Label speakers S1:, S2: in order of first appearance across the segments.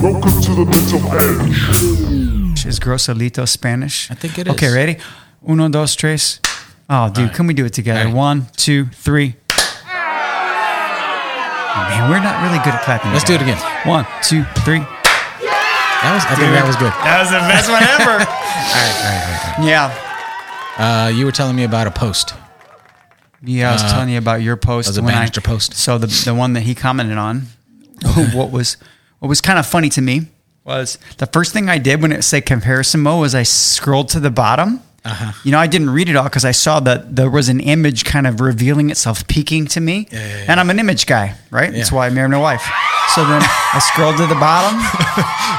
S1: Welcome to the mental edge.
S2: Is Grosolito Spanish?
S3: I think it
S2: Okay,
S3: is.
S2: ready? Uno, dos, tres. Oh, dude, can we do it together?
S3: Alright.
S2: One, two, three. Oh, man, we're not really good at clapping.
S3: Let's do it again.
S2: One, two, three.
S3: That was, I think that was good.
S2: That was the best one ever. Yeah.
S3: Uh, you were telling me about a post.
S2: Yeah,
S3: Uh,
S2: I was telling you about your post.
S3: was a
S2: when I-
S3: Bannister post.
S2: So the the one that he commented on, what was what was kind of funny to me was the first thing I did when it said comparison mode was I scrolled to the bottom.
S3: Uh-huh.
S2: You know, I didn't read it all because I saw that there was an image kind of revealing itself, peeking to me.
S3: yeah, yeah.
S2: And I'm an image guy, right? That's
S3: Yeah.
S2: why I married my wife. So then I scrolled to the bottom,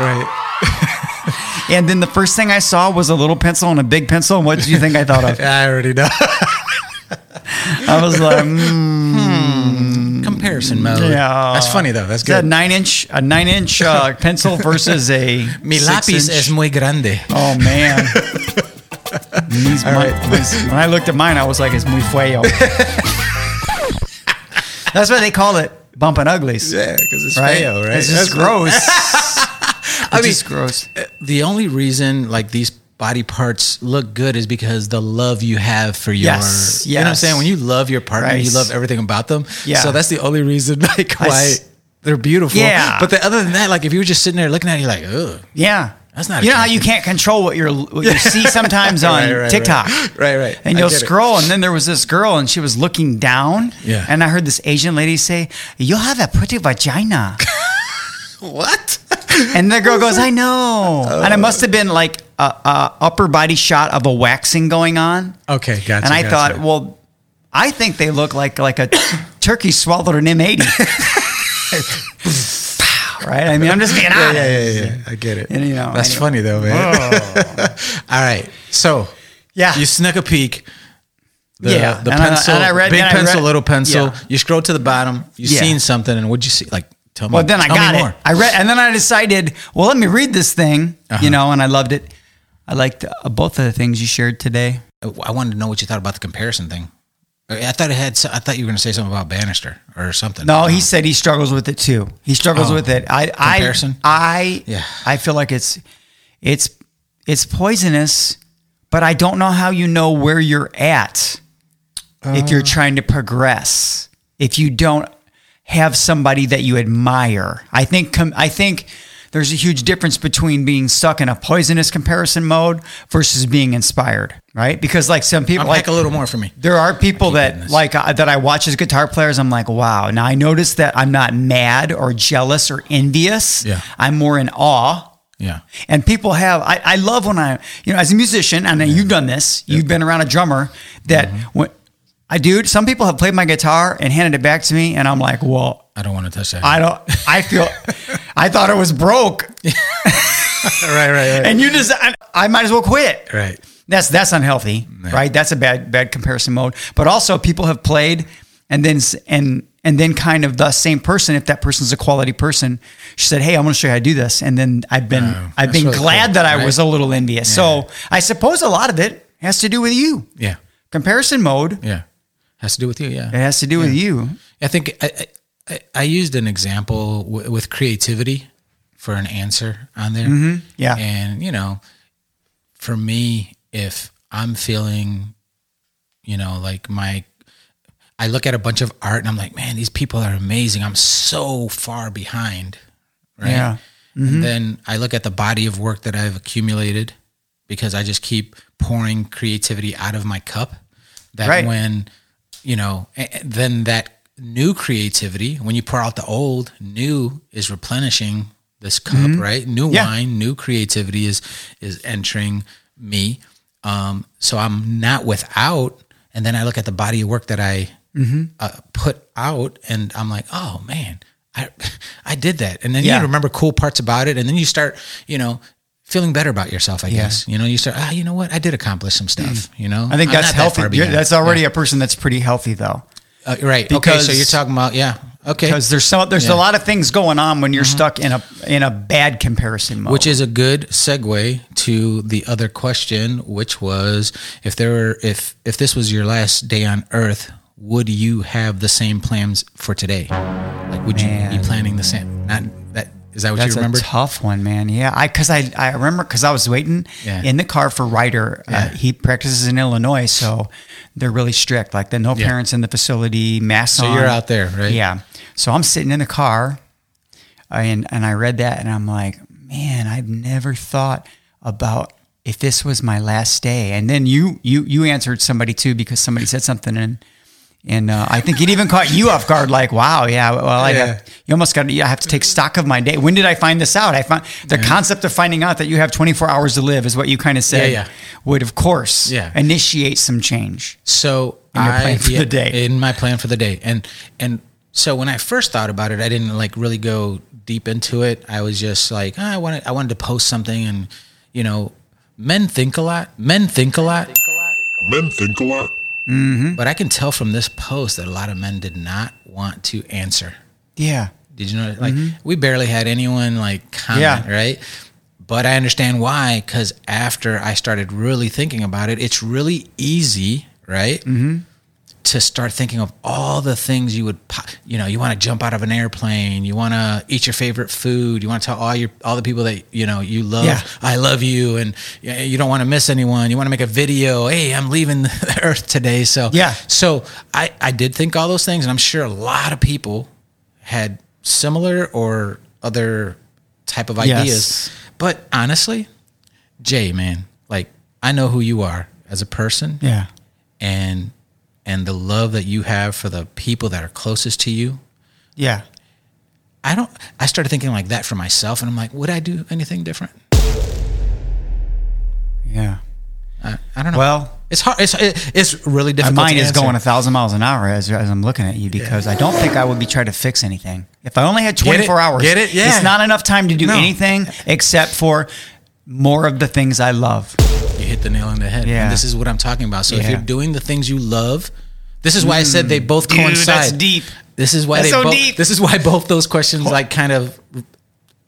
S3: Right.
S2: and then the first thing I saw was a little pencil and a big pencil. And what did you think I thought of?
S3: I already know.
S2: I was like, mm,
S3: Comparison mode.
S2: Yeah.
S3: That's funny though. That's
S2: Is that
S3: good.
S2: a nine inch a nine inch uh, pencil versus a
S3: Mi
S2: six
S3: lápiz
S2: inch?
S3: es muy grande.
S2: oh man. These mi- these- when I looked at mine, I was like, "It's muy fuego." That's why they call it bumping uglies,
S3: Yeah, because it's
S2: right?
S3: feo, right?
S2: It's just
S3: That's-
S2: gross. I
S3: mean-
S2: just gross.
S3: The only reason like these body parts look good is because the love you have for your
S2: Yes,
S3: you know what I'm
S2: yes.
S3: saying? When you love your partner, you
S2: Right.
S3: love everything about them.
S2: Yeah.
S3: So that's the only reason like
S2: I
S3: why
S2: s-
S3: they're beautiful.
S2: Yeah.
S3: But the, other than that, like if you were just sitting there looking at it, you're like, ugh.
S2: Yeah,
S3: That's not
S2: You know how
S3: attractive.
S2: you can't control what, you're, what you see sometimes on
S3: Right, right, right.
S2: TikTok,
S3: Right, right.
S2: And
S3: I
S2: you'll
S3: get it.
S2: scroll, and then there was this girl, and she was looking down.
S3: Yeah.
S2: And I heard this Asian lady say, "You have a pretty vagina,"
S3: What?
S2: and the girl goes, "I know." and it must have been like a, a upper body shot of a waxing going on.
S3: Okay, gotcha.
S2: and I
S3: gotcha.
S2: thought, well, I think they look like like a turkey swallowed an M80. right? I mean, I'm just being
S3: yeah,
S2: honest.
S3: yeah, yeah, yeah. I get it.
S2: And, you know,
S3: Oh, That's
S2: anyway.
S3: funny though, man.
S2: Oh.
S3: All right. So
S2: Yeah.
S3: you snuck a peek. The,
S2: Yeah,
S3: the
S2: and I-
S3: pencil,
S2: and I read-
S3: big
S2: and I
S3: pencil,
S2: read-
S3: little pencil.
S2: Yeah.
S3: You scroll to the bottom. You
S2: Yeah.
S3: seen something, and what'd you see? Like, tell me.
S2: Well, then I
S3: tell me
S2: got
S3: more.
S2: it. I read, and then I decided, well, let me read this thing,
S3: Uh-huh.
S2: you know, and I loved it. I liked uh, both of the things you shared today.
S3: I wanted to know what you thought about the comparison thing. I I thought it had. so- I thought you were going to say something about Bannister or something.
S2: No, he said he struggles with it too. He struggles
S3: Oh.
S2: with it. I,
S3: Comparison?
S2: I, I,
S3: Yeah.
S2: I feel like it's, it's, it's poisonous, but I don't know how you know where you're at if
S3: Uh.
S2: you're trying to progress. If you don't have somebody that you admire, I think. Com- I think there's a huge difference between being stuck in a poisonous comparison mode versus being inspired, right? Because like some people, like
S3: like a little more for me.
S2: there are people
S3: doing
S2: that
S3: this.
S2: like uh, that I watch as guitar players. I'm like, wow. Now I notice that I'm not mad or jealous or envious.
S3: Yeah.
S2: I'm more in awe.
S3: Yeah.
S2: And people have. I, I love when I, you know, as a musician, and you've done this. You've been around a drummer that when I dude. Some people have played my guitar and handed it back to me, and I'm like, well,
S3: I don't want to touch that.
S2: I don't. I feel. I thought it was broke,
S3: right, right, right.
S2: and you just. I, I might as well quit.
S3: right.
S2: That's that's unhealthy, right? That's a bad bad comparison mode. But also, people have played and then s- and and then kind of the same person, if that person's a quality person, she said, "Hey, I'm going to show you how to do this." And then I've been I've
S3: that's
S2: been
S3: really
S2: glad
S3: cool,
S2: that I
S3: right?
S2: was a little envious. So I suppose a lot of it has to do with you.
S3: Yeah.
S2: Comparison mode,
S3: Yeah. Has to do with you. Yeah.
S2: it has to do with you.
S3: I think I, I- I, I used an example w- with creativity for an answer on there.
S2: Mm-hmm. Yeah.
S3: And, you know, for me, if I'm feeling, you know, like my, I look at a bunch of art and I'm like, man, these people are amazing. I'm so far behind. Right.
S2: Yeah. Mm-hmm.
S3: And then I look at the body of work that I've accumulated because I just keep pouring creativity out of my cup. That
S2: Right.
S3: when, you know, a- a- then that new creativity, when you pour out the old, new is replenishing this cup, right? New
S2: Mm-hmm. Yeah.
S3: wine, new creativity is is entering me. Um, so I'm not without. And then I look at the body of work that I
S2: Mm-hmm.
S3: uh, put out, and I'm like, oh man, I I did that. And then
S2: Yeah.
S3: you remember cool parts about it, and then you start, you know. Feeling better about yourself, I guess. You know, you start. Ah, you know what? I did accomplish some stuff. You know,
S2: Mm. I think
S3: I'm
S2: that's
S3: not that
S2: healthy.
S3: far
S2: You're-
S3: behind.
S2: that's already a person that's pretty healthy though.
S3: Uh, right. okay. So
S2: Because-
S3: you're talking about yeah. Okay.
S2: Because there's some, there's
S3: Yeah. Mm-hmm.
S2: a lot of things going on when you're stuck in a in a bad comparison mode.
S3: Which is a good segue to the other question, which was if there were if if this was your last day on Earth, would you have the same plans for today? Like, would you be planning the same? Not that Is that what
S2: That's
S3: you remember?
S2: a tough one, man. Yeah, I because I I remember because I was waiting
S3: Yeah.
S2: in the car for Ryder.
S3: Yeah.
S2: Uh, he practices in Illinois, so they're really strict. Like the no
S3: Yeah.
S2: parents in the facility, mask
S3: so
S2: on.
S3: you're out there, right?
S2: Yeah. So I'm sitting in the car, uh, and and I read that, and I'm like, man, I've never thought about if this was my last day. And then you you you answered somebody too because somebody said something and. And uh, I think it even caught you off guard. Like, wow, yeah. Well, I
S3: Yeah.
S2: have, you almost got. to I have to take stock of my day. When did I find this out? I found the concept of finding out that you have 24 hours to live is what you kind of said
S3: Yeah, yeah.
S2: would, of course,
S3: Yeah.
S2: initiate some change.
S3: So
S2: In your plan
S3: I-
S2: for the day.
S3: in my plan for the day, and and so when I first thought about it, I didn't like really go deep into it. I was just like, "Ah, I wanted I wanted to post something, and you know, men think a lot. Men think a lot,
S1: Men think a lot.
S2: Hmm?
S3: but I can tell from this post that a lot of men did not want to answer.
S2: Yeah.
S3: Did you know? Like we barely had anyone like comment,
S2: Mm-hmm. Yeah.
S3: right? But I understand why, because after I started really thinking about it, it's really easy, right? Mm-hmm. To start thinking of all the things you would, po- you know, you want to jump out of an airplane, you want to eat your favorite food, you want to tell all your all the people that you know you love,
S2: Yeah.
S3: I love you, and yeah, you don't want to miss anyone. You want to make a video, hey, I'm leaving the earth today, so
S2: Yeah.
S3: so I, I did think all those things, and I'm sure a lot of people had similar or other type of ideas.
S2: Yes.
S3: But honestly, Jay, man, like I know who you are as a person,
S2: Yeah.
S3: and and the love that you have for the people that are closest to you.
S2: Yeah.
S3: I don't. I started thinking like that for myself, and I'm like, would I do anything different?
S2: Yeah.
S3: I, I don't know.
S2: Well,
S3: it's hard. It's it, it's really
S2: My
S3: difficult.
S2: mind
S3: to
S2: is
S3: answer.
S2: going a thousand miles an hour as, as I'm looking at you because I don't think I would be trying to fix anything. If I only had
S3: it?
S2: 24 hours,
S3: Get it? Yeah.
S2: it's not enough time to do
S3: No.
S2: anything except for more of the things I love.
S3: You hit the nail on the head.
S2: Yeah.
S3: And this is what I'm talking about. So if
S2: Yeah.
S3: you're doing the things you love, this is why I said they both
S2: dude, that's
S3: coincide.
S2: deep.
S3: This is why
S2: That's
S3: they
S2: so
S3: both,
S2: deep.
S3: This is why both those questions like kind of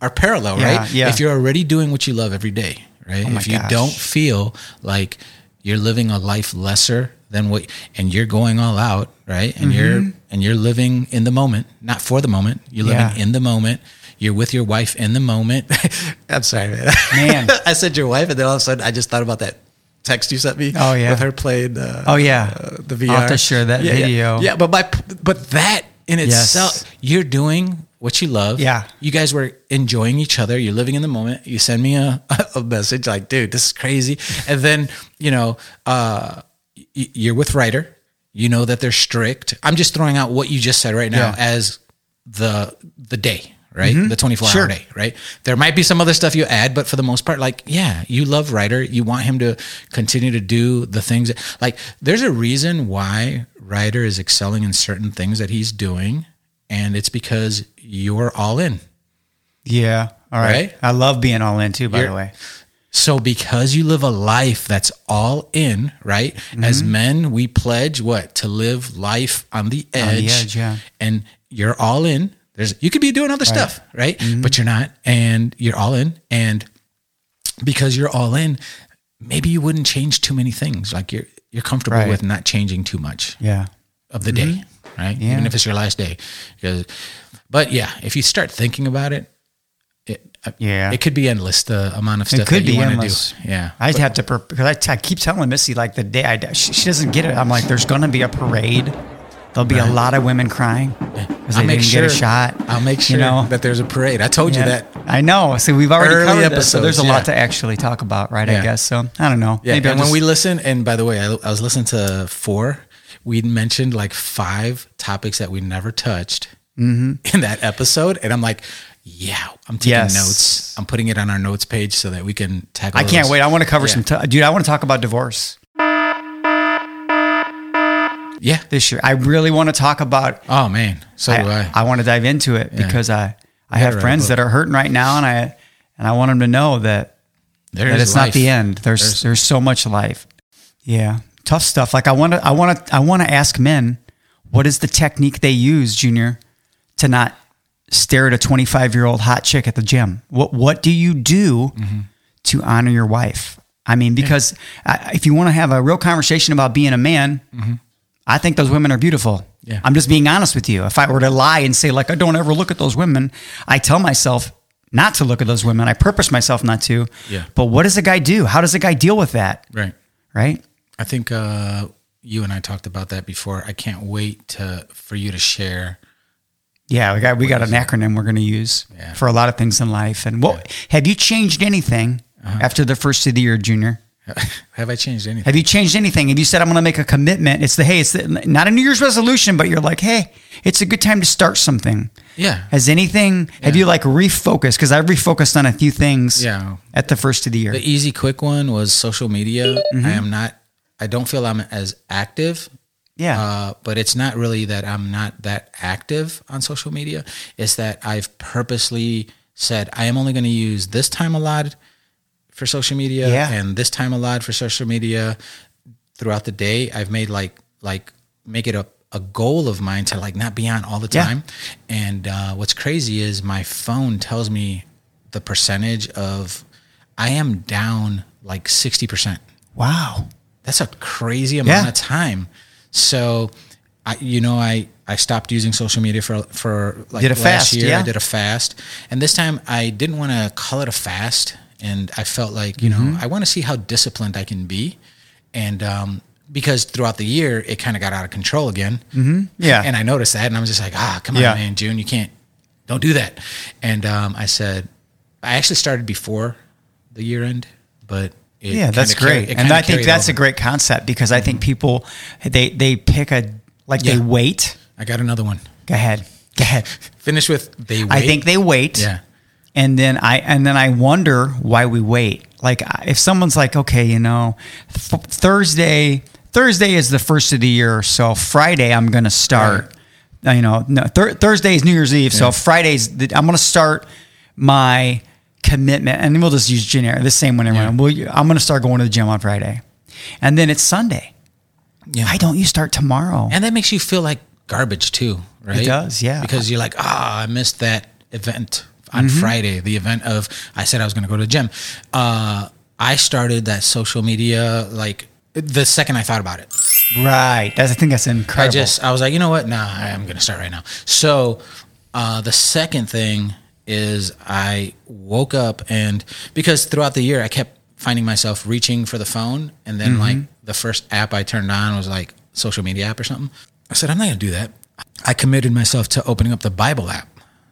S3: are parallel,
S2: Yeah,
S3: right?
S2: yeah. Oh
S3: If you're already doing what you love every day, right?
S2: my
S3: if you
S2: gosh.
S3: don't feel like you're living a life lesser than what and you're going all out, right? And you're and you're living in the moment, not for the moment. You're living
S2: Mm-hmm. Yeah.
S3: in the moment. You're with your wife in the moment. I'm sorry, man.
S2: Man.
S3: I said your wife, and then all of a sudden I just thought about that text you sent me.
S2: Oh, yeah.
S3: with her playing. Uh,
S2: Oh, yeah.
S3: uh, the VR.
S2: I'll have to share that
S3: Yeah, yeah.
S2: video.
S3: Yeah, but my but that in itself, you're doing what you love.
S2: Yeah.
S3: you guys were enjoying each other. You're living in the moment. You send me a a message like, dude, this is crazy, and then you know, uh, y- y- you're with Ryder. You know that they're strict. I'm just throwing out what you just said right now
S2: Yeah. Mm-hmm.
S3: as the the day. Right, the twenty four
S2: Sure.
S3: hour day right? There might be some other stuff you add, but for the most part, like, yeah, you love Ryder. You want him to continue to do the things that, like, there's a reason why Ryder is excelling in certain things that he's doing. And it's because you're all in.
S2: Yeah. All right.
S3: Right?
S2: I love being all in too, by the
S3: You're-
S2: way.
S3: So because you live a life that's all in, right?
S2: Mm-hmm.
S3: As men, we pledge what? To live life on the edge.
S2: edge, yeah.
S3: And you're all in. There's you could be doing other stuff, right?
S2: Mm-hmm.
S3: But you're not and you're all in and because you're all in, maybe you wouldn't change too many things. Like you're you're comfortable
S2: Right. Mm-hmm.
S3: with not changing too much
S2: Yeah.
S3: of the day, right? Even if it's your last day. Because, but yeah, if you start thinking about it, it,
S2: Yeah.
S3: it could be endless the amount of stuff
S2: It could
S3: that you
S2: be
S3: want
S2: endless.
S3: to do. Yeah.
S2: I'd have to per- because I t- I keep telling Missy like the day I die, she, she doesn't get it. I'm like, there's gonna be a parade. There'll be a lot of women crying because they didn't get a shot.
S3: I'll make sure
S2: You know,
S3: that there's a parade. I told you
S2: Yeah.
S3: that.
S2: I know. So we've already
S3: Early
S2: covered this, so
S3: episodes,
S2: there's a lot
S3: yeah.
S2: to actually talk about, right? I
S3: Yeah.
S2: guess so. I don't know.
S3: Yeah.
S2: Maybe
S3: and
S2: I'll
S3: when we
S2: just-
S3: listen, and by the way, I, I was listening to four. We mentioned like five topics that we never touched in that episode, and I'm like, yeah, I'm taking
S2: Mm-hmm. Yes.
S3: notes. I'm putting it on our notes page so that we can tackle.
S2: I can't
S3: those.
S2: wait. I want to cover
S3: Yeah.
S2: some. T- Dude, I want to talk about divorce
S3: Yeah.
S2: this year. I really want to talk about.
S3: Oh man. So do
S2: I,
S3: I.
S2: I want to dive into it because I I
S3: write
S2: have
S3: a
S2: friends
S3: book.
S2: that are hurting right now, and I and I want them to know that
S3: There
S2: that
S3: is
S2: it's not the
S3: life.
S2: end. There's, there's
S3: There's-
S2: so much life. Yeah, tough stuff. Like I want to I want to I want to ask men, what is the technique they use, Junior, to not stare at a 25 year old hot chick at the gym? What What do you do
S3: Mm-hmm.
S2: to honor your wife? I mean, because I, if you want to have a real conversation about being a man,
S3: Mm-hmm.
S2: I think those women are beautiful.
S3: Yeah.
S2: I'm just being honest with you. If I were to lie and say like I don't ever look at those women, I tell myself not to look at those women. I purpose myself not to.
S3: Yeah.
S2: But what does a guy do? How does a guy deal with that?
S3: Right.
S2: Right?
S3: I think uh, you and I talked about that before. I can't wait to for you to share.
S2: Yeah, we got we got an acronym we're going to use
S3: Yeah.
S2: for a lot of things in life. And what have you changed anything
S3: Uh-huh.
S2: after the first of the year, Junior?
S3: Have I changed anything?
S2: Have you changed anything? Have you said I'm going to make a commitment? It's the hey, it's the, not a New Year's resolution, but you're like, hey, it's a good time to start something.
S3: Yeah.
S2: Has anything? Have you like refocused? Because I refocused on a few things.
S3: Yeah.
S2: At the first of the year.
S3: The easy, quick one was social media. I am not. I don't feel I'm as active.
S2: yeah.
S3: Uh, but it's not really that I'm not that active on social media. It's that I've purposely said I am only going to use this time allotted for social media
S2: Yeah.
S3: and this time allotted for social media throughout the day. I've made like like make it a a goal of mine to like not be on all the
S2: Yeah.
S3: time. And uh, what's crazy is my phone tells me the percentage of I am down like sixty percent
S2: wow.
S3: that's a crazy amount
S2: Yeah.
S3: of time. So, I you know I I stopped using social media for for like
S2: Did a
S3: last
S2: fast,
S3: year.
S2: yeah.
S3: I did a fast, and this time I didn't want to call it a fast, and I felt like you
S2: Mm-hmm.
S3: know I want to see how disciplined I can be, and um, because throughout the year it kind of got out of control again. Mm-hmm.
S2: Yeah.
S3: And I noticed that, and I was just like, ah, come
S2: Yeah.
S3: on, man, June, you can't, don't do that. And um, I said, I actually started before the year end, but it
S2: yeah, that's
S3: kinda carri-
S2: great.
S3: it
S2: and
S3: kinda
S2: I think
S3: carried
S2: that's
S3: over.
S2: a great concept because I think people they they pick a like they
S3: Yeah.
S2: wait.
S3: I got another one.
S2: Go ahead. Go ahead.
S3: Finish with they wait.
S2: I think they wait.
S3: Yeah.
S2: And then I and then I wonder why we wait. Like I- if someone's like, okay, you know, th- Thursday Thursday is the first of the year, so Friday I'm going to start. Uh, You know, no, thir- Thursday is New Year's Eve, so Friday's the, I'm going to start my commitment, and we'll just use generic the same one. Everyone, We'll- I'm going to start going to the gym on Friday, and then it's Sunday.
S3: Yeah.
S2: Why don't you start tomorrow?
S3: and that makes you feel like garbage too, right?
S2: does, yeah. Mm-hmm.
S3: Because you're like, ah, I missed that event on Friday, the event of I said I was going to go to the gym. Uh, I started that social media like the second I thought about it.
S2: right. That's, I think that's incredible.
S3: I just I was like, you know what? Nah, I- I'm gonna start right now. So uh, the second thing is I woke up and because throughout the year I kept finding myself reaching for the phone and then like the first app I turned on was like social media app or something. I said, I'm not gonna do that. I committed myself to opening up the Bible app.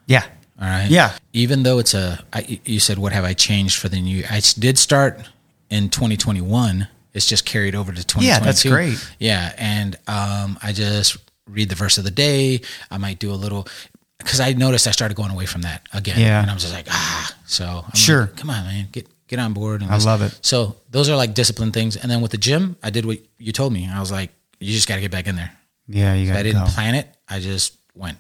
S2: yeah.
S3: All right.
S2: Yeah.
S3: Even though it's a, I, you said, what have I changed for the new? I s- did start in 2021. It's just carried over to 2022.
S2: Yeah, that's great.
S3: Yeah, and um, I just read the verse of the day. I might do a little because I noticed I started going away from that again.
S2: Yeah.
S3: and I was just like, ah. So I'm like,
S2: Sure.
S3: come on, man, get get on board. And
S2: I love it.
S3: So those are like discipline things. And then with the gym, I did what you told me. I was like, you just got to get back in there.
S2: Yeah, you got
S3: I
S2: to
S3: didn't
S2: go.
S3: plan it. I just went.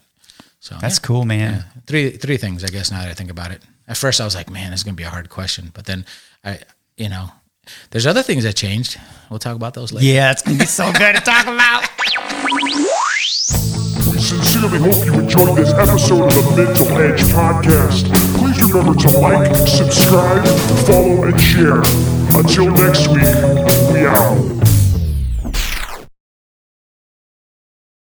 S3: So
S2: That's
S3: yeah
S2: cool, man.
S3: three three things i guess now that i think about it at first i was like man this is going to be a hard question but then i you know there's other things that changed we'll talk about those later
S2: Yeah, it's gonna be so good to talk about.
S1: We sincerely hope you enjoyed this episode of the Mental Edge Podcast. Please remember to like, subscribe, follow, and share. Until next week, we out.